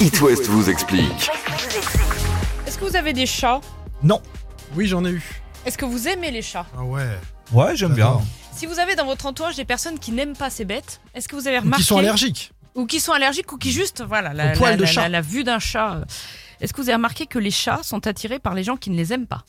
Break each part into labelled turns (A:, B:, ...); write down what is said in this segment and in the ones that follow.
A: It West vous explique.
B: Est-ce que vous avez des chats
C: Non.
D: Oui, j'en ai eu.
B: Est-ce que vous aimez les chats
D: Ah ouais.
C: Ouais, j'aime bien.
D: J'adore.
B: Si vous avez dans votre entourage des personnes qui n'aiment pas ces bêtes, est-ce que vous avez
D: Ou
B: remarqué
D: Qui sont allergiques.
B: ou qui sont allergiques ou qui juste voilà la,
D: Au poil
B: la-
D: de
B: la-
D: chat.
B: la- la vue d'un chat. euh, Est-ce que vous avez remarqué que les chats sont attirés par les gens qui ne les aiment pas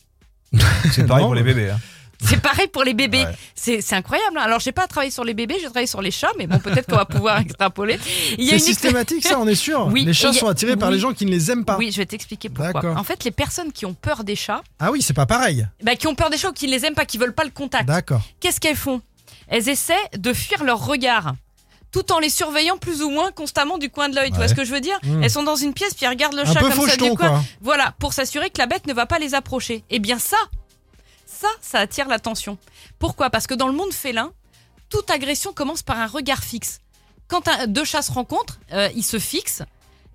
C: C'est pareil
D: Non.
C: pour les bébés. hein.
B: C'est pareil pour les bébés.
C: Ouais.
B: C'est c'est incroyable. hein. Alors j'ai pas travaillé sur les bébés, j'ai travaillé sur les chats, mais bon peut-être qu'on va pouvoir extrapoler. Il
D: C'est
B: expé-
D: systématique, ça, on est sûr.
B: Oui,
D: Les
B: et
D: chats
B: il y a-
D: sont attirés par
B: oui.
D: les gens qui ne les aiment pas.
B: Oui, je vais t'expliquer pourquoi.
D: D'accord.
B: En fait, les personnes qui ont peur des chats,
D: Ah oui, c'est pas pareil.
B: bah, qui ont peur des chats ou qui ne les aiment pas, qui veulent pas le contact,
D: D'accord.
B: qu'est-ce qu'elles font Elles essaient de fuir leur regard tout en les surveillant plus ou moins constamment du coin de l'œil. Tu vois
C: Ouais.
B: ce que je veux dire
D: Mm.
B: Elles sont dans une pièce puis elles regardent le
D: Un
B: chat
D: peu
B: comme ça du
D: faucheton,
B: coin.
D: quoi.
B: Voilà, pour s'assurer que la bête ne va pas les approcher. Eh bien ça, ça, ça attire l'attention. Pourquoi Parce que dans le monde félin, toute agression commence par un regard fixe. Quand un- deux chats se rencontrent, euh, ils se fixent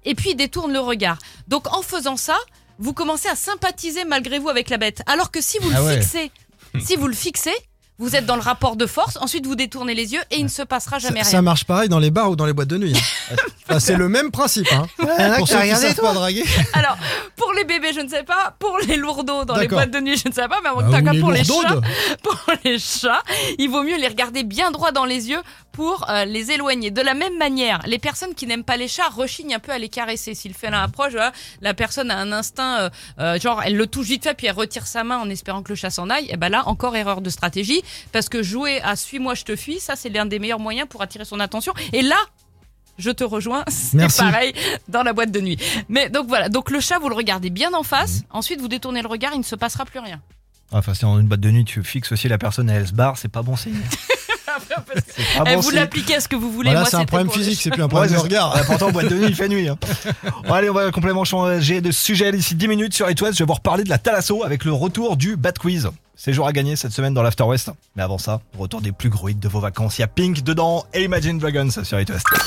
B: et puis ils détournent le regard. Donc en faisant ça, vous commencez à sympathiser malgré vous avec la bête. Alors que si vous
D: Ah
B: le
D: ouais.
B: fixez, si vous le fixez, vous êtes dans le rapport de force, ensuite vous détournez les yeux et il ne se passera jamais
D: Ça,
B: rien.
D: ça marche pareil dans les bars ou dans les boîtes de nuit. hein. Enfin, c'est le même principe. Hein. Pour ceux qui savent pas draguer.
B: Alors, pour les bébés, je ne sais pas, pour les lourdeaux dans les
D: D'accord.
B: boîtes de nuit, je ne sais pas, mais en
D: Bah,
B: tout cas
D: ou les
B: pour les chats,
D: lourdaudes.
B: pour les chats, il vaut mieux les regarder bien droit dans les yeux pour euh, les éloigner. De la même manière, les personnes qui n'aiment pas les chats rechignent un peu à les caresser. S'il fait l'approche, voilà, la personne a un instinct, euh, euh, genre elle le touche vite fait, puis elle retire sa main en espérant que le chat s'en aille. Et ben là, encore erreur de stratégie, parce que jouer à suis-moi, je te fuis, ça c'est l'un des meilleurs moyens pour attirer son attention. Et là, je te rejoins, c'est
D: Merci.
B: pareil dans la boîte de nuit. Mais donc voilà, donc le chat, vous le regardez bien en face, ensuite vous détournez le regard, il ne se passera plus rien.
C: Ah, Enfin, si dans une boîte de nuit, tu fixes aussi la personne et elle se barre, c'est pas bon signe. C'est pas
B: Eh,
C: bon
B: vous
C: signe.
B: l'appliquez à ce que vous voulez.
D: Ah Voilà,
B: moi,
D: c'est un
B: c'était
D: problème
B: pour les
D: physique,
B: chats.
D: c'est plus un problème
C: Ouais,
D: de
C: c'est-
D: regard.
C: Ouais, pourtant, en boîte de nuit, il fait nuit. hein. Bon, allez, on va complètement changer de sujet d'ici 10 minutes sur It West. Je vais vous reparler de la Thalasso avec le retour du Bad Quiz. C'est jour à gagner cette semaine dans l'After West. Mais avant ça, retour des plus gros hits de vos vacances. Il y a Pink dedans et Imagine Dragons sur It West.